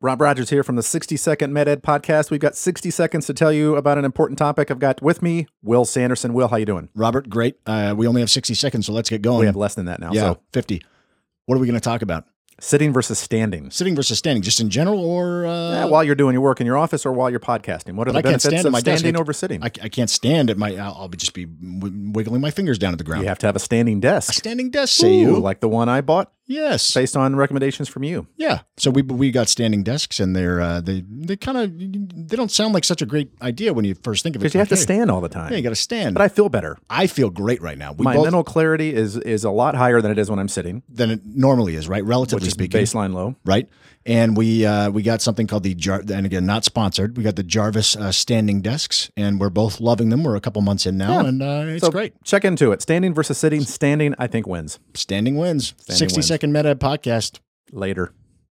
Rob Rogers here from the 60 Second MedEd Podcast. We've got 60 seconds to tell you about an important topic. I've got with me Will Sanderson. Will, how you doing? Robert, great. Uh, we only have 60 seconds, so let's get going. We have less than that now. yeah, So 50. What are we going to talk about? sitting versus standing. Sitting versus standing, just in general, or uh, Yeah, while you're doing your work in your office or while you're podcasting, what are But I the can't benefits stand at of my desk. standing I- over sitting? I, I can't stand at my. I'll, I'll be just be w- wiggling my fingers down at the ground. you have to have a standing desk. Standing desk, say Ooh, you? like the one I bought yes, based on recommendations from you. yeah. So we we got standing desks, and they're uh, they they kind of they don't sound like such a great idea when you first think of it. Because you have to Okay. stand all the time. Yeah, you got to stand. but I feel better. I feel great right now. We My both mental clarity is is a lot higher than it is when I'm sitting, than it normally is, right? Relatively which is speaking, baseline low. right? And we uh, we got something called the Jar, and again, not sponsored. We got the Jarvis uh, standing desks, and we're both loving them. We're a couple months in now, Yeah. and uh, it's so great. Check into it. Standing versus sitting. Standing, I think, wins. Standing wins. Standing Sixty wins. second meta podcast. Later.